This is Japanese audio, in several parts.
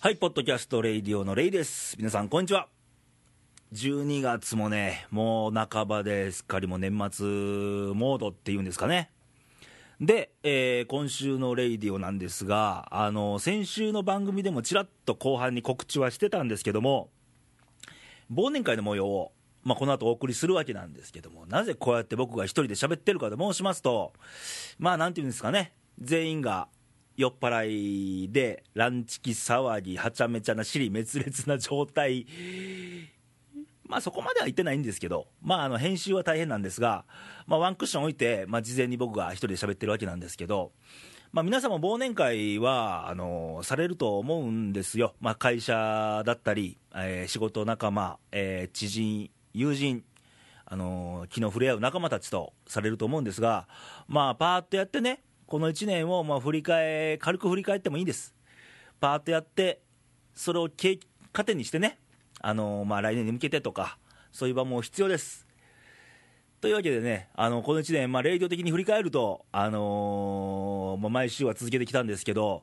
はい、ポッドキャストレイディオのレイです。皆さん、こんにちは。12月もね、もう半ばですっかりもう年末モードっていうんですかね。で、えー今週のレイディオなんですが、あの、先週の番組でもちらっと後半に告知はしてたんですけども、忘年会の模様を、まあ、この後お送りするわけなんですけども、なぜこうやって僕が一人で喋ってるかと申しますと、まあ、なんていうんですかね、全員が酔っ払いで、ランチキ騒ぎ、はちゃめちゃな、尻滅裂な状態、まあ、そこまでは言ってないんですけど、まあ、あの編集は大変なんですが、まあ、ワンクッション置いて、まあ、事前に僕が一人で喋ってるわけなんですけど、まあ、皆様、忘年会はあのされると思うんですよ、まあ、会社だったり、えー仕事仲間、えー知人、友人、あの気の触れ合う仲間たちとされると思うんですが、まあ、パーッとやってね、この1年をまあ振り返軽く振り返ってもいいです。パーッとやって、それを経糧にしてね、あのまあ、来年に向けてとか、そういう場も必要です。というわけでね、あのこの1年、まあ、レイディオ的に振り返ると、あのーまあ、毎週は続けてきたんですけど、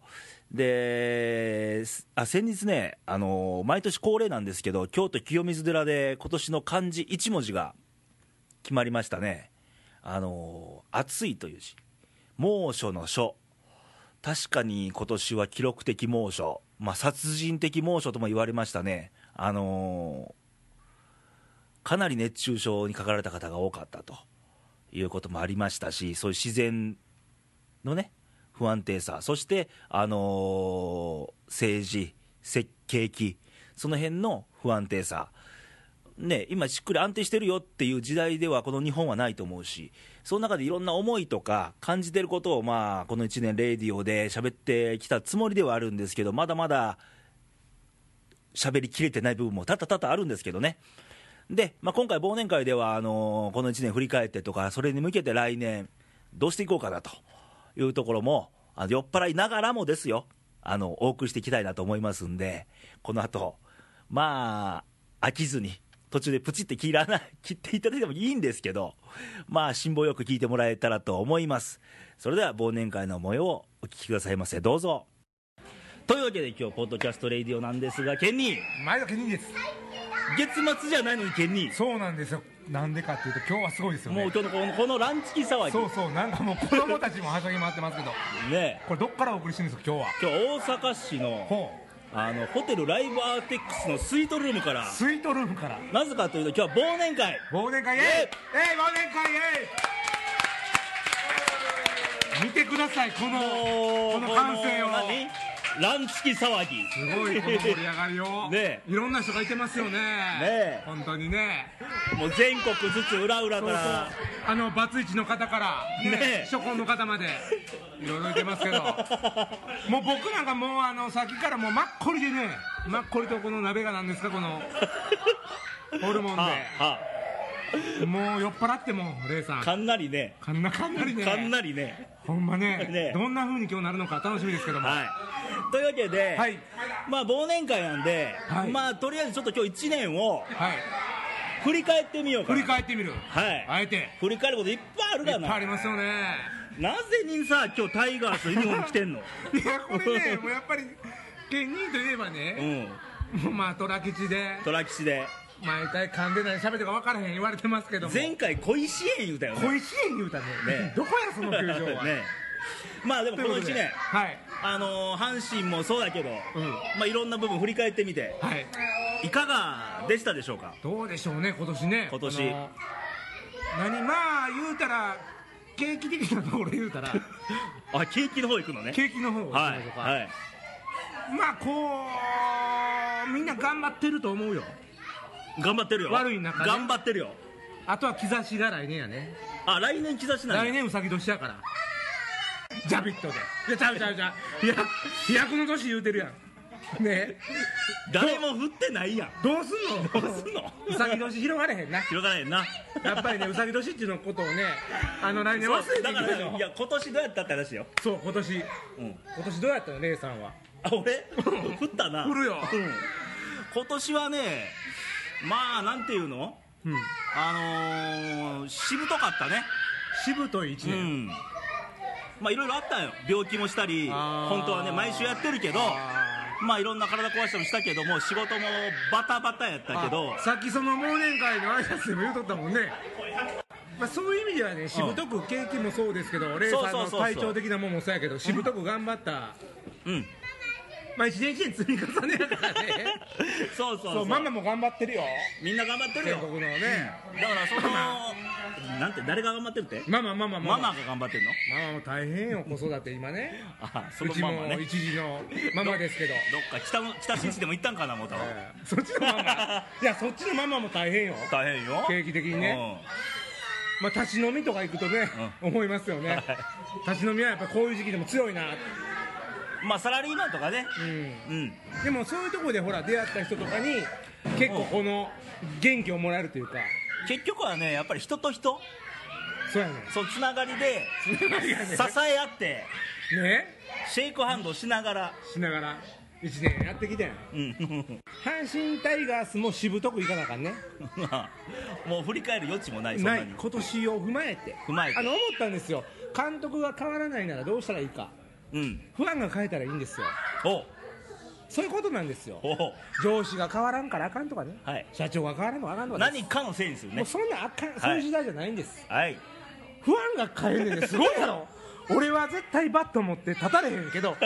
ですあ先日ね、あのー毎年恒例なんですけど、京都清水寺で今年の漢字1文字が決まりましたね、あのー暑いという字、猛暑の暑、確かに今年は記録的猛暑、まあ、殺人的猛暑とも言われましたね。あのーかなり熱中症にかかられた方が多かったということもありましたし、そういう自然のね、不安定さ、そして、あのー政治、設計期、その辺の不安定さ、ね、今、しっくり安定してるよっていう時代では、この日本はないと思うし、その中でいろんな思いとか、感じてることを、まあ、この1年、レディオで喋ってきたつもりではあるんですけど、まだまだ喋りきれてない部分も多々多々あるんですけどね。で、まあ、今回、忘年会ではあのーこの1年振り返ってとか、それに向けて来年、どうしていこうかなというところも、あの酔っ払いながらもですよ、あのお送りしていきたいなと思いますんで、この後まあ、飽きずに、途中でプチって切らない 切っていただいてもいいんですけど、まあ、辛抱よく聞いてもらえたらと思います。それでは忘年会の模様をお聞きくださいませ、どうぞ。というわけで今日、ポッドキャストレイディオなんですが、ケンニー、前田健二です月末じゃないのにケンニー。そうなんですよなんでかっていうと今日はすごいですよもうね今日のこのこのランチキ騒そぎうそうなんかもう子供たちもはしゃぎ回ってますけどねこれどっからお送りしてるんですか今日は今日大阪市のほあのホテルライブアーテックスのスイートルームからうスイートルームからなぜかというと今日は忘年会忘年会イエイイエイえい忘年会イエイ見てくださいこのこの歓声をこの何ランチキ騒ぎすごいこの盛り上がり をねいろんな人がいてますよねえ本当にねもう全国ずつ裏裏そかうそうらあのバツイチの方からねねえ初婚の方までいろいろいてますけど もう僕なんかもうあのさっきからもうマッコリでねマッコリとこの鍋がなんですかこのホルモンはあはでもう酔っ払ってもうレイさあんかなりねかんなかんなりねかなりねほんまねねどんな風に今日なるのか楽しみですけども、はいというわけで、はいまあ忘年会なんで、はいまあとりあえずちょっと今日1年をはい振り返ってみようか振なり返ってみるはいあえて振り返ることいっぱいあるいっがぱいなありますよねなぜにさ今日タイガースのユニフォーム着てんの いやこれ ねもうやっぱり県人といえばうね、んもうまあ虎吉でトラキシで毎回噛んでない喋ってか分からへん言われてますけども前回小石園言うたよね恋しい言うたねねどこやその球場は、 ねまあでもとこいうの1ことで年はいあのー阪神もそうだけど、うんまあいろんな部分振り返ってみてはいいかがでしたでしょうかどうでしょうね今年ね今年あの何まあ言うたら景気的なところ言う たらあ景気の方行くのね景気の方をはい行きましょうかはいまあこうみんな頑張ってると思うよ頑張ってるよ悪い中ね頑張ってるよあとは兆しが来年やねあ来年兆しなん来だ年うさぎ年やからジャビットでいやちゃうちゃうちゃういや飛躍の年言うてるやんね誰も振ってないやんどうすんどのうすんの うさぎ年広がれへんな広がらへんなやっぱりねうさぎ年っていうのことをねあの来年忘れていだけかないらのいや今年どうやったって話よ、そう今年うん、今年どうやったのレイさんはあ俺振ったな振るようん今年はねまあなんていうのうんあのー、しぶとかったねしぶとい一う年、んまあいろいろあったよ病気もしたりあー本当はね毎週やってるけどあまあいろんな体壊したりもしたけども仕事もバタバタやったけどあさっきその忘年会の挨拶でも言うとったもんねまあ、そういう意味ではねしぶとく景気もそうですけど、レーサそうそうーのそうそう体調的なもんもそうやけどしぶとく頑張った、うんまあ、一年一年積み重ねやからねそうそうそそううママも頑張ってるよみんな頑張ってる全よ国のね、だからそのなんて誰が頑張ってるってママママママママが頑張ってるのママも大変よ子育て今ねあ そうのちママもね一時のママです けど、どっか北の北新地でも行ったんかな思ったわええそっちのママいやそっちのママも大変よ大変よ景気的にねまあ、立ち飲みとか行くとね、思いますよね、立ち飲みはやっぱこういう時期でも強いな、うんまあサラリーマンとかねうん、うんでもそういうところでほら出会った人とかに結構この元気をもらえるというか結局はねやっぱり人と人そうやねそのつながりで支え合ってねシェイクハンドしながらしながら1年やってきてんうん 阪神タイガースもしぶとくいかなあかんねまあもう振り返る余地もないそんなないに今年を踏まえて踏まえてあの思ったんですよ監督が変わらないならどうしたらいいかうんファンが変えたらいいんですよおうそういうことなんですよおう上司が変わらんからあかんとかね、はい社長が変わらんのあかんとかね何かのせいにするもねうそんなあかんそういう時代じゃないんです、はい不安が変えんねんですごい やろ俺は絶対バット持って立たれへんけどそ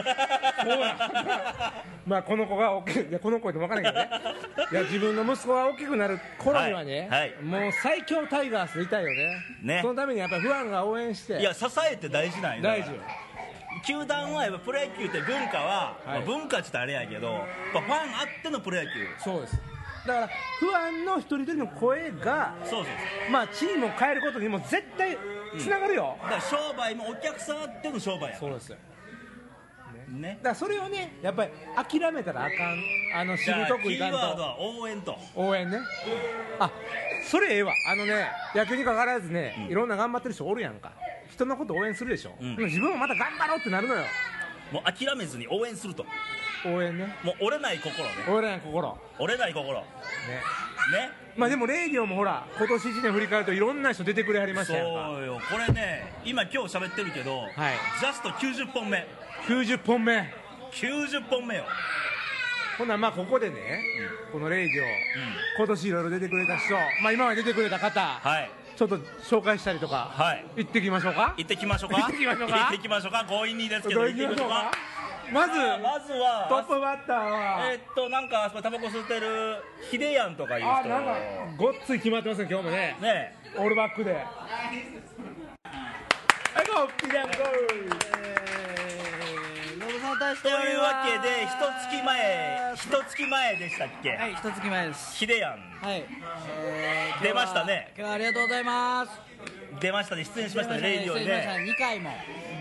うやまあこの子が大きいいやこの子でも分からないけどねいや自分の息子が大きくなる頃にはね、はいはいもう最強タイガースでいたいよねねそのためにやっぱり不安が応援していや支えって大事なんよだから大事よ球団はやっぱプロ野球って文化は、いまあ文化って言ったらあれやけどやっぱファンあってのプロ野球そうですだから不安の一人一人の声がそうそうそうまあチームを変えることにも絶対つながるよ、だから商売もお客さんあっての商売やそうですよねだからそれをねやっぱり諦めたらあかんあのしじぶゃあとキくいかーんワーとドは応援と応援ねあそれええわあのね野球にかかわらずね、いろんな頑張ってる人おるやんか人のこと応援するでしょ、うんでも自分もまた頑張ろうってなるのよもう諦めずに応援すると応援ねもう折れない心ね俺らの心ね折れない心ねまあでもレイディオもほら今年1年振り返るといろんな人出てくれはりましそたやんかうよこれね今今日喋ってるけど、はいジャスト90本目90本目90本目よほんならまあここでね、このレイディオ、今年いろいろ出てくれた人まあ今まで出てくれた方、はいちょっと紹介したりとか、はい行ってきましょうか行ってきましょうか行ってきましょうか行ってきましょうか強引にですけど行ってきましょうかまずまずはトップバッターはえーっとなんかタバコ吸ってるヒデヤンとかいうあ人なんかごっつい決まってますね今日もねねオールバックではいゴーピリアンゴーご無沙汰しとていおりうますわけで一月前一月前でしたっけ、はい一月前ですヒデヤンはい、えー今日出はましたね今日はありがとうございます出ましたね出演しましたね出レイディオに出ましたね2回も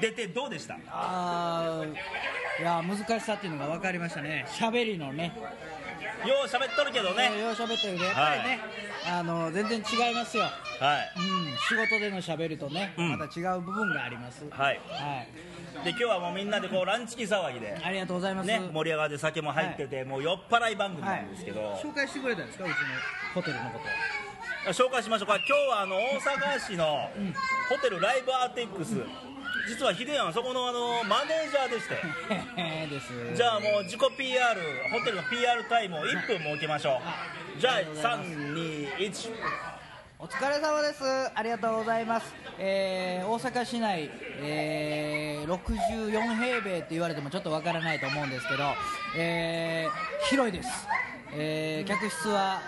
出てどうでしたあーいやー難しさっていうのが分かりましたね喋りのねよう喋っとるけどねよう喋ってるけどやっぱりね、あの全然違いますよはいうん仕事での喋りとね、うんまた違う部分がありますははいいで今日はもうみんなでこうランチキ騒ぎでありがとうございます、ね盛り上がって酒も入ってて、もう酔っ払い番組なんですけど、紹介してくれたんですかうちのホテルのこと 紹介しましょうか今日はあの大阪市のホテルライブアーテックス実はヒデヤンはそこのあのマネージャーでしてへへですじゃあもう自己 PR ホテルの PR タイムを1分設けましょうじゃあ321お疲れ様です。ありがとうございます。えー大阪市内、えー64平米って言われてもちょっとわからないと思うんですけど、えー広いです。えー客室は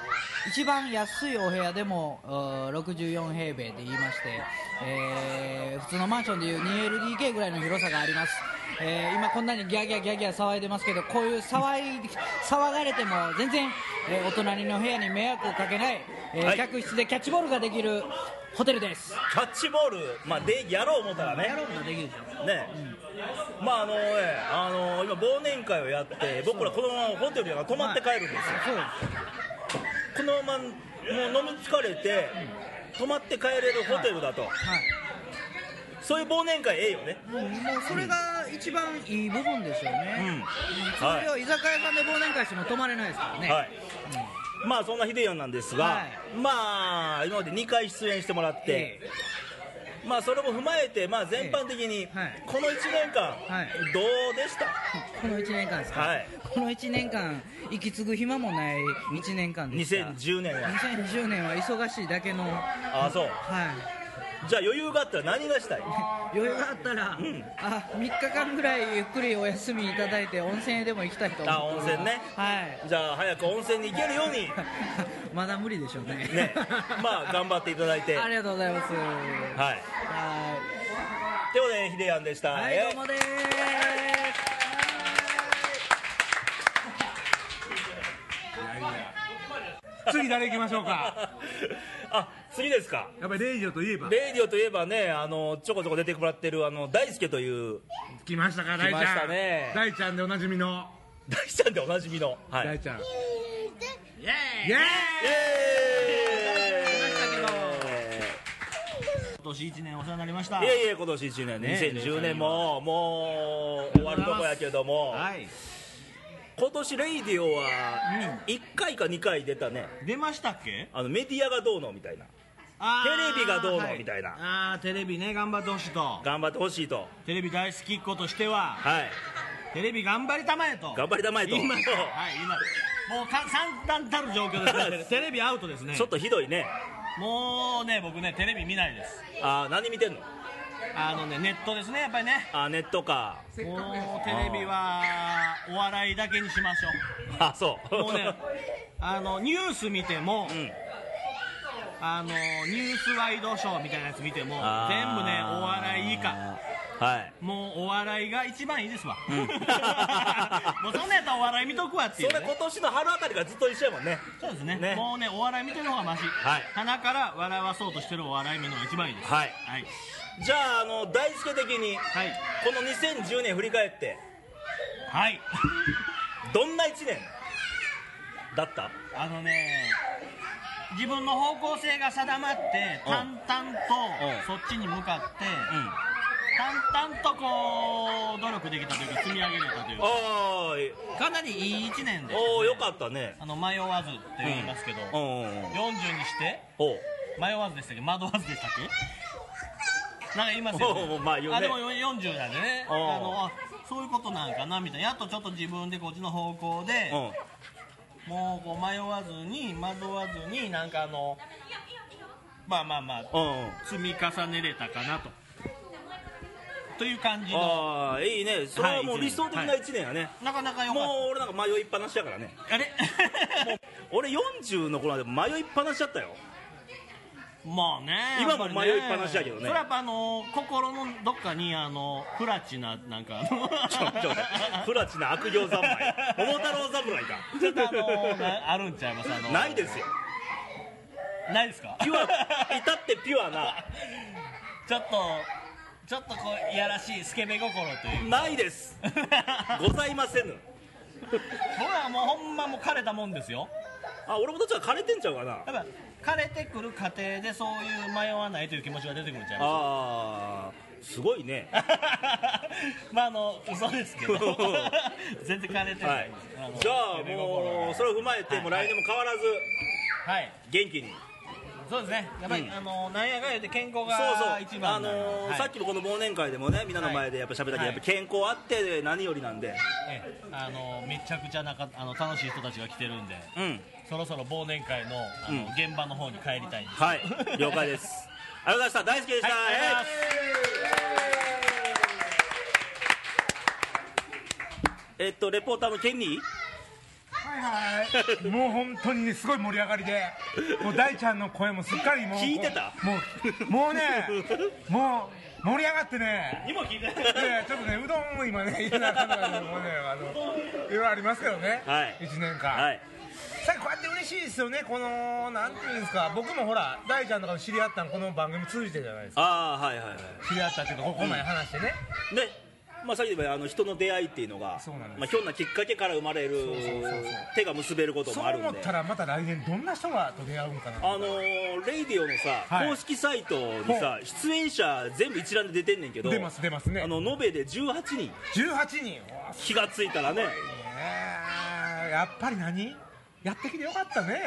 一番安いお部屋でもうー64平米で言いまして、えー普通のマンションでいう 2LDK ぐらいの広さがあります。えー今こんなにギャーギャーギャーギャー騒いでますけどこういう騒い騒がれても全然、えーお隣の部屋に迷惑をかけない、えーはい客室でキャッチボールができるホテルですキャッチボール、まあ、でやろう思ったらやねろうことできるでしょねまああのねあの今忘年会をやって僕らこのままホテルやから泊まって帰るんですよそうこのままもう飲み疲れて泊まって帰れるホテルだとはそういう忘年会ええよねいもうそれが一番いい部分ですようんね、そはいれを居酒屋さんで忘年会しても泊まれないですからね、はい、まあそんな秀ンなんですが、はまあ今まで2回出演してもらって、えまあ、それも踏まえて、まあ、全般的に、はいこの1年間、はいどうでしたこの1年間ですか、はいこの1年間行き継ぐ暇もない1年間でした2010年は2020年は忙しいだけのはああそういじゃあ余裕があったら何がしたい余裕があったら、あ3日間ぐらいゆっくりお休みいただいて温泉へでも行きたいと思あって温ます泉ねはいじゃあ早く温泉に行けるようにまだ無理でしょうねねま あ頑張っていただいてあはいりがとうございますはということでヒデヤンでした、いはいえーどうもです次誰行きましょうか あ次ですかやっぱりレイジオといえばレイディオといえばねあのちょこちょこ出てもらってるあの大輔という来ましたか大ちゃん来ましたね大ちゃんでおなじみの大ちゃんでおなじみの、はい、大ちゃんイエーイイエーイ今年一年お世話になりましたいやいや今年1年ねね2010年ももう終わるとこやけどもはい今年レイディオは1回か2回出たね出ましたっけあのメディアがどうのみたいなあーテレビがどうのはみたいなああテレビね頑張ってほしいと頑張ってほしいとテレビ大好きっ子としてははいテレビ頑張りたまえと頑張りたまえと言いましょうはい言いましょうもうか惨憺たる状況ですねテレビアウトですねちょっとひどいねもうね僕ねテレビ見ないですあー何見てんのあのねネットですねやっぱりねあーネットかもうテレビはお笑いだけにしましょあそううもう ねあのニュース見ても、んあのニュースワイドショーみたいなやつ見ても全部ねお笑い以下下はいもうお笑いが一番いいですわ、ん もうそんなんやったらお笑い見とくわってそいう、れね、今年の春あたりからずっと一緒やもんねそうですねねもうねお笑い見てる方がマシ、はい鼻から笑わそうとしてるお笑い見るのが一番いいですはいはい、じゃああの大輔的にはいこの2010年振り返ってはいどんな1年だったあのね自分の方向性が定まってうん淡々とそっちに向かって、淡々とこう努力できたというか積み上げれたというかおーいかなりいい1年でしたね、おーよかったねあの迷わずって言いますけど、うんうんうん40にしておう迷わずでしたっけ惑わずでしたっけなんか言いますよ、おねうまあ言うねあでも40なんでねおあうのあそういうことなんかなみたいなやっとちょっと自分でこっちの方向で、うんもうこう迷わずに惑わずになんかあのまあまあまあうんうん積み重ねれたかなとという感じのああいいねそれはもはうい理想的な1年やね、なかなかよかっもう俺なんか迷いっぱなしやからねたあれ俺40の頃まで迷いっぱなしだったよまあね今もやぱり迷いっぱなしやけどねそれはやっぱあの心のどっかにあのプラチナなんかあのちょちょプラチナ悪行三昧桃太郎侍かちょっとあのなあるんちゃいますあのないですよないですかピュア至ってピュアなちょっとちょっとこういやらしいスケベ心というないですございませぬ僕はもうほんまもう枯れたもんですよあ俺もどっちか枯れてんちゃうかなやっぱ枯れてくる過程でそういう迷わないという気持ちが出てくるんちゃいますああすごいね まああの嘘ですけど 全然枯れてはないい、のじゃあスケベ心がもうそれを踏まえて、はいもう来年も変わらずはい元気にそうですねやっぱり、うんあのなんやかんや言って健康そうがそ一う、番あのーはいさっきのこの忘年会でもね、みんなの前でやっぱ喋ったけど、はいやっぱ健康あって何よりなんで、ええあのめちゃくちゃなかあの楽しい人たちが来てるんでうん、そろそろ忘年会のあうんの、現場の方に帰りたいんですはい、了解です。ありがとうございました、大好きでした。はいありがとうございますえっと、レポーターのケニーはいはいもう本当にねすごい盛り上がりでもう大ちゃんの声もすっかりもう聞いてたもうもうねもう盛り上がってねにも聞いてないいやいやちょっとねうどんも今ね家の中とかでもうねあのいろいろありますけどね、はい1年間、はい、さこうやって嬉しいですよねこのなんていうんですか僕もほら大ちゃんとかと知り合ったのこの番組通じてじゃないですかああ、はいはいはい。知り合ったっていうかここまで話してね、で、まあ、さっき言ったあの人の出会いっていうのが、そうなんですまあ、ひょんなきっかけから生まれるそうそうそうそう手が結べることそもあうるんで。思ったらまた来年どんな人がと出会うんかなあのーレイディオのさ、はい公式サイトにさ出演者全部一覧で出てんねんけど出ます出ますねあの延べで18人18人うわ気がついたらねねえやっぱり何やってきてよかったね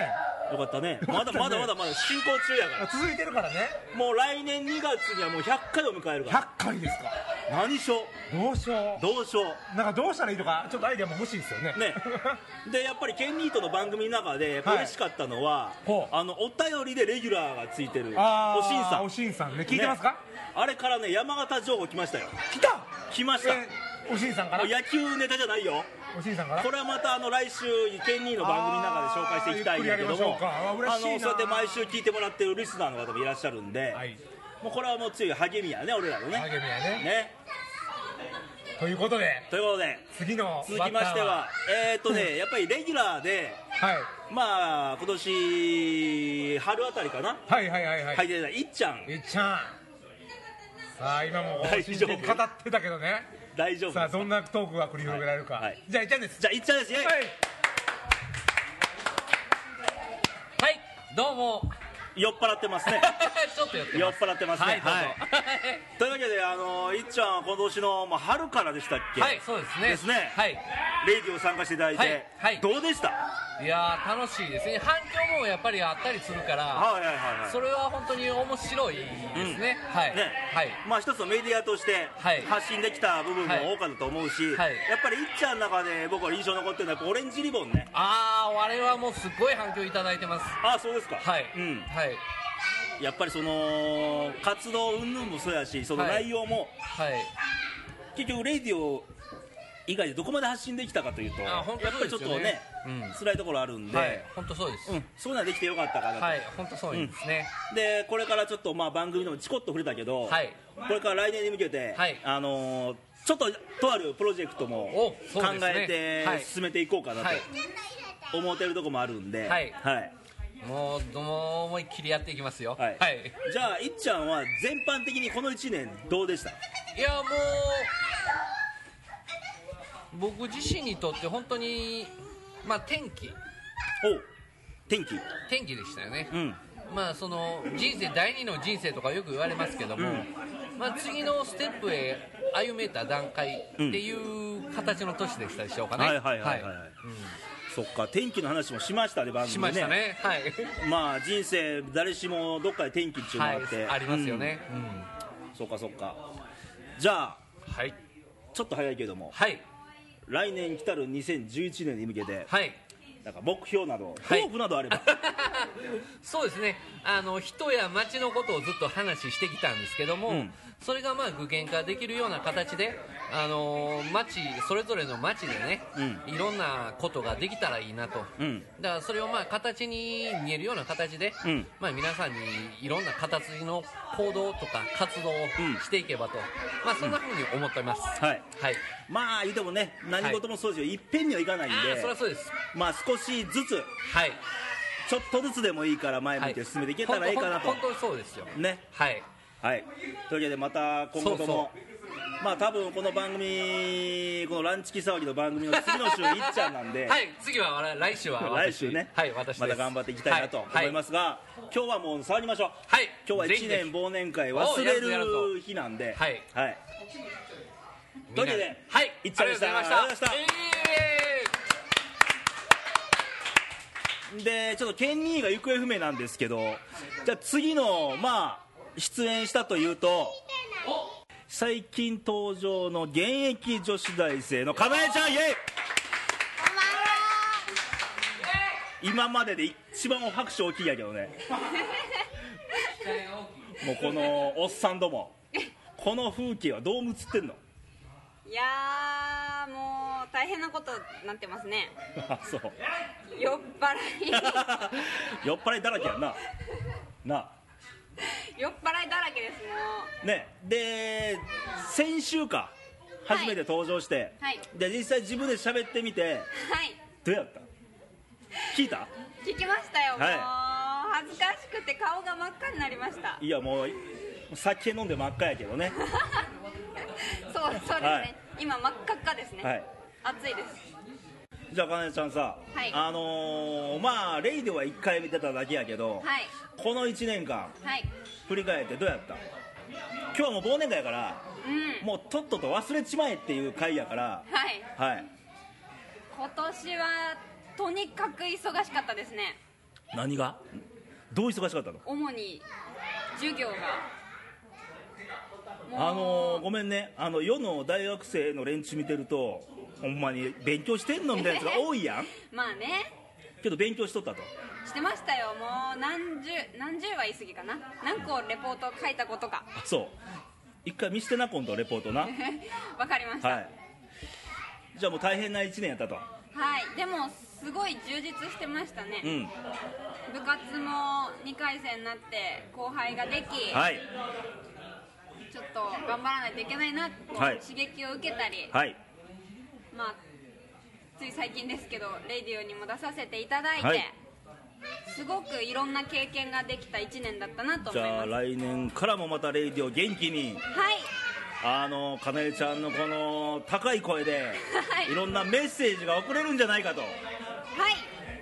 よかったねまだまだまだまだ進行中やかあ続いてるからねらもう来年2月にはもう100回を迎えるから100回ですか何賞どうしようどうしようなんかどうしたらいいとかちょっとアイデアも欲しいですよねね でやっぱりケンニートの番組の中でやっぱはい嬉しかったのは、ほうあのお便りでレギュラーがついてる あーおしんさんおしんさんね聞いてますか、ねあれからね山形情報来ましたよ来た来ましたえーおしんさんからもう野球ネタじゃないよおしんさんからこれはまたあの来週ケンニーの番組の中で紹介していきたいんだけどあーゆっくりやりましょもうかあー嬉しいなのそうやって毎週聞いてもらってるリスナーの方もいらっしゃるんで、はいもうこれはもう強い励みやね俺らのね励みやねねということでということで次の続きましてはえー、っとねやっぱりレギュラーでバッターは、まあ今年春あたりかなはい、はいはいはいはいはい出てたいっちゃんいっちゃんさあ今もお大しん丈で夫語ってたけどね大丈夫さあですどんなトークが繰り広げられるか、はいはいじゃあいっちゃんですじゃあいっちゃんですイェイはいはいどうも 酔っ払ってますねちょっとやって酔まっす払ってますねはいどうぞはいというわけであのいっちゃんは今年の、まあ、春からでしたっけ はいそうですねですねはいレイディオ参加していただいて、はいはいどうでしたいやー楽しいですね反響もやっぱりあったりするからはいはいはいはいそれは本当に面白いですねはいねはいまあ、一つのメディアとしてはい発信できた部分はいも多かったと思うし、はいやっぱりいっちゃんの中で僕は印象に残ってるのはやっぱオレンジリボンねあああれはもうすごい反響いただいてますああそうですかはいうん、はいやっぱりその活動云々もそうやしそのはい内容も、はい結局レイディオ以外でどこまで発信できたかというとあ本当やっぱりちそょうっとですよねね、うん辛いところあるんで、はい本当そうですうん、そういうのはできてよかったかなと、はい本当そうですねでこれからちょっとまあ番組でもちこっと触れたけど、はいこれから来年に向けて、はいあのーちょっととあるプロジェクトもお考そうですねえはてい進めていこうかなはいと思ってるとこもあるんで、はいもうどうも思いっきりやっていきますよはいはいじゃあいっちゃんは全般的にこの1年どうでしたいやもう僕自身にとって本当にまあ天気おう天気天気でしたよね、うんまあその人生第二の人生とかよく言われますけども、まあ、次のステップへ歩めた段階っていう形の年でしたでしょうかね、はいはいはいはいはそっか天気の話もしましたね番いし組ましたねはいまあ人生誰しもどっかで天気っていうのがはあいって、ありますよね、うんうんそっかそっかじゃあはいちょっと早いけどもはい来年来たる2011年に向けて、はいなんか目標など、はい抱負などあれ ば、そうですねあの人や街のことをずっと話してきたんですけども、うんそれがまあ具現化できるような形で、あの街それぞれの街でね、いろんなことができたらいいなと、うんだからそれをまあ形に見えるような形で、うんまあ、皆さんにいろんな形の行動とか活動をうんしていけばと、まあ、そんなふうに思ってます、はいはいまあ言うてもね、何事もそうですよ、いっぺんにはいかないんああでそりゃ、そうですまあ少しずつ、はいちょっとずつでもいいから、前は向いて進めていけたらいいかなと本、当本当そうですよね、はいはい、というわけで、また今後とも、まあ多分この番組、このランチキ騒ぎの番組の次の週、いっちゃんなんで、 はい、次はわら来週は来私週ね、はい、私。また頑張っていきたいなと思いますすが、今日はもう触りましょう、はい今日はぜひ1ぜひ年忘年会忘れおやるぞやるる日なんで、はいはい、はいというわけみんなで、はい、いっちゃんでしたありがとうございました。ありがとうでちょっとケンニーが行方不明なんですけどじゃあ次のまあ出演したというと最近登場の現役女子大生のかなえちゃんイエイ今までで一番拍手大きいやけどねもうこのおっさんどもこの風景はどう映ってんの いやーもう大変なことになってますねあそう 酔っ払い酔っ払いだらけやんななあ酔っ払いだらけですもねで先週かはい初めて登場して、はいで実際自分で喋ってみてうはいどうやった聞いた聞きましたよ、はいもう恥ずかしくて顔が真っ赤になりましたいやもう酒飲んで真っ赤やけどねそうそうですね、はい今真っ赤っかですね、はい暑いですじゃあかなえちゃんさ、はいあのーまあレイディオは1回見てただけやけど、はいこの1年間はい振り返ってどうやった今日はもう忘年会やからうんもうとっとと忘れちまえっていう回やからはいはい今年はとにかく忙しかったですね何がどう忙しかったの主に授業があのーもごめんねあの世の大学生の連中見てるとほんまに勉強してんのみたいなやつが 多いやんうまあねけど勉強しとったとしてましたよもう何十何十は言い過ぎかな何個レポート書いたことか あそう一回見してな今度レポートなはわかりましたはい、いじゃあもう大変な1年やったとでもすごい充実してましたね、うん部活も2回生になって後輩ができ、はいちょっと頑張らないといけないな、こうはい刺激を受けたり、はいまあ、つい最近ですけど「レディオ」にも出させていただいて、はいすごくいろんな経験ができた1年だったなとじ思いゃあますはい来年からもまたレイディオ元気にあのかなえちゃんのこの高い声で、はいい、ろんなメッセージが送れるんじゃないかとはい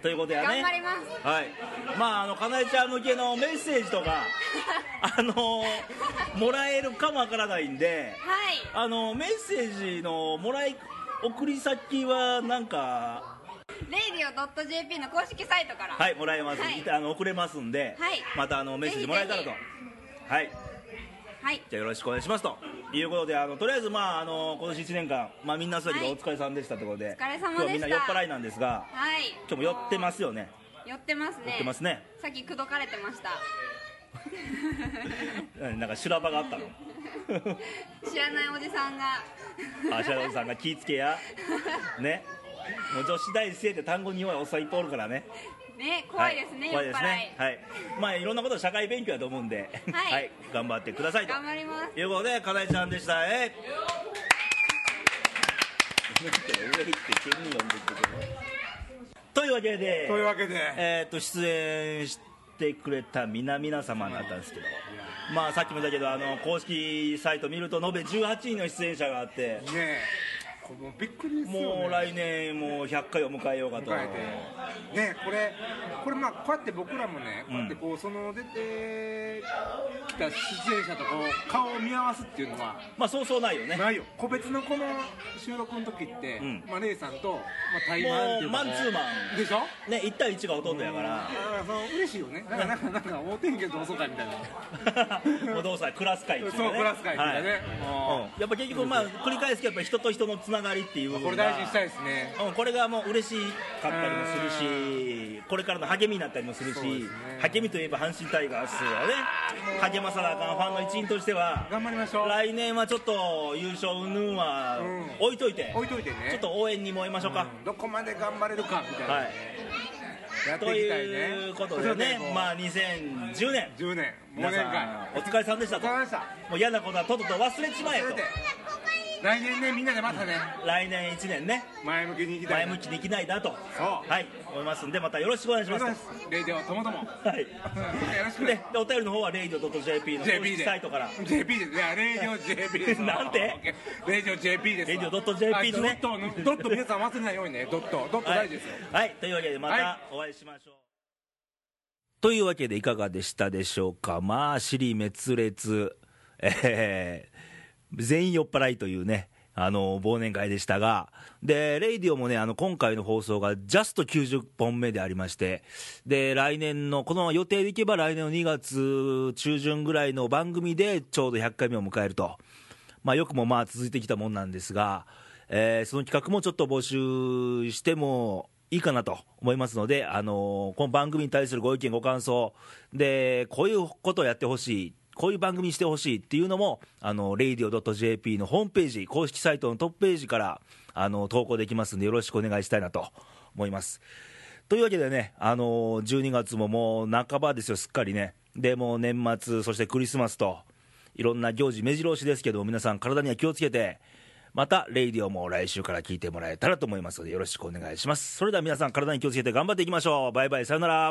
ということやね頑張ります はいまああのかなえちゃん向けのメッセージとかあのもらえるかもわからないんではいあのメッセージのもらい送り先はなんか「レディオ .jp」の公式サイトからはいもらえます、はいいたあの送れますんで、はいまたあのメッセージもらえたらとぜはいはいじゃあよろしくお願いしますということであのとりあえず、まあ、あの今年1年間、まあ、みんなそうやけど、はいお疲れさんでしたということでお疲れ様でした今日はみんな酔っ払いなんですがはい今日も酔ってますよね寄ってますね酔ってますね、さっき口説かれてましたうんなんか修羅場があったの知らないおじさんがあ白鳥さんが気ぃつけやねもう女子大生って単語に弱いおっさんいっぱいおるからね ね怖いですはね、い、怖い酔っです払いねはいまあいろんなこと社会勉強やと思うんで、はい頑張ってくださいと頑張りますいうことでかなえちゃんでしたえいというわけでというわけでえー、と出演してくれた皆々様だったんですけど、まあ、さっきも言ったけどあの公式サイト見ると延べ18人の出演者があってねえこのびっくりですよ、ね、もう来年もう100回を迎えようかと迎えてねこれこれまあこうやって僕らもねこうやってこうその出てきた出演者とこう顔を見合わすっていうのはまあそうそうないよねないよ個別のこの収録の時って、うんまあレイさんとまあ対マンっていうかもうマンツーマンでしょね1対1がほとんどやかだからその嬉しいよねなんかなんかなんか大天気同窓会みたいなら もうどうさクラス会っていそうクラス会っていうかねはいうんやっぱ結局まあ繰り返すけどやっぱ人と人のつながりっていう部これ分が大事にしたいですねうん、これがもう嬉しかったりもするしこれからの励みになったりもするしそうですね励みといえば阪神タイガースはね励まさなあかんファンの一員としては頑張りましょう来年はちょっと優勝云々はうん置いといて、置いといてねちょっと応援に燃えましょうか、うんどこまで頑張れるかみたいな、はいやってといきたいねいうこと でねまあ2010年10年忘皆年さ会んお疲れさんでしたとお疲れも様でしたう嫌なことはとっとと忘れちまえそれとで来年ねみんなでまたね来年1年ね前向きにいきた前い向きに生きないだとそうはい思いますんでまたよろしくお願いしおますと願いしますレイディオともともよはいろしくでねでお便りの方は radio.jp の公 JP 式でサイトから JP ですいやレイディオ JP で すなんてレイディオ JP ですわレイディオ .jp のねあドットドット皆さん忘れないようにねドットドット大事ですよ、はい、はいというわけでまはたお会いしましょう、というわけでいかがでしたでしょうかまあ尻滅裂えー全員酔っ払いというねあの忘年会でしたがでレイディオもねあの今回の放送がジャスト90本目でありましてで来年のこの予定でいけば来年の2月中旬ぐらいの番組でちょうど100回目を迎えるとまあ、よくもまあ続いてきたもんなんですが、えーその企画もちょっと募集してもいいかなと思いますので、あのーこの番組に対するご意見、ご感想、でこういうことをやってほしい。こういう番組にしてほしいっていうのも、あの、radio.jp のホームページ、公式サイトのトップページから、あの、投稿できますんで、よろしくお願いしたいなと思います。というわけでね、あのー12月ももう半ばですよ、すっかりね、でもう年末、そしてクリスマスと、いろんな行事、目白押しですけど、皆さん、体には気をつけて、また、レイディオも来週から聞いてもらえたらと思いますので、よろしくお願いします。それでは皆さん、体に気をつけて頑張っていきましょう。バイバイ、さよなら。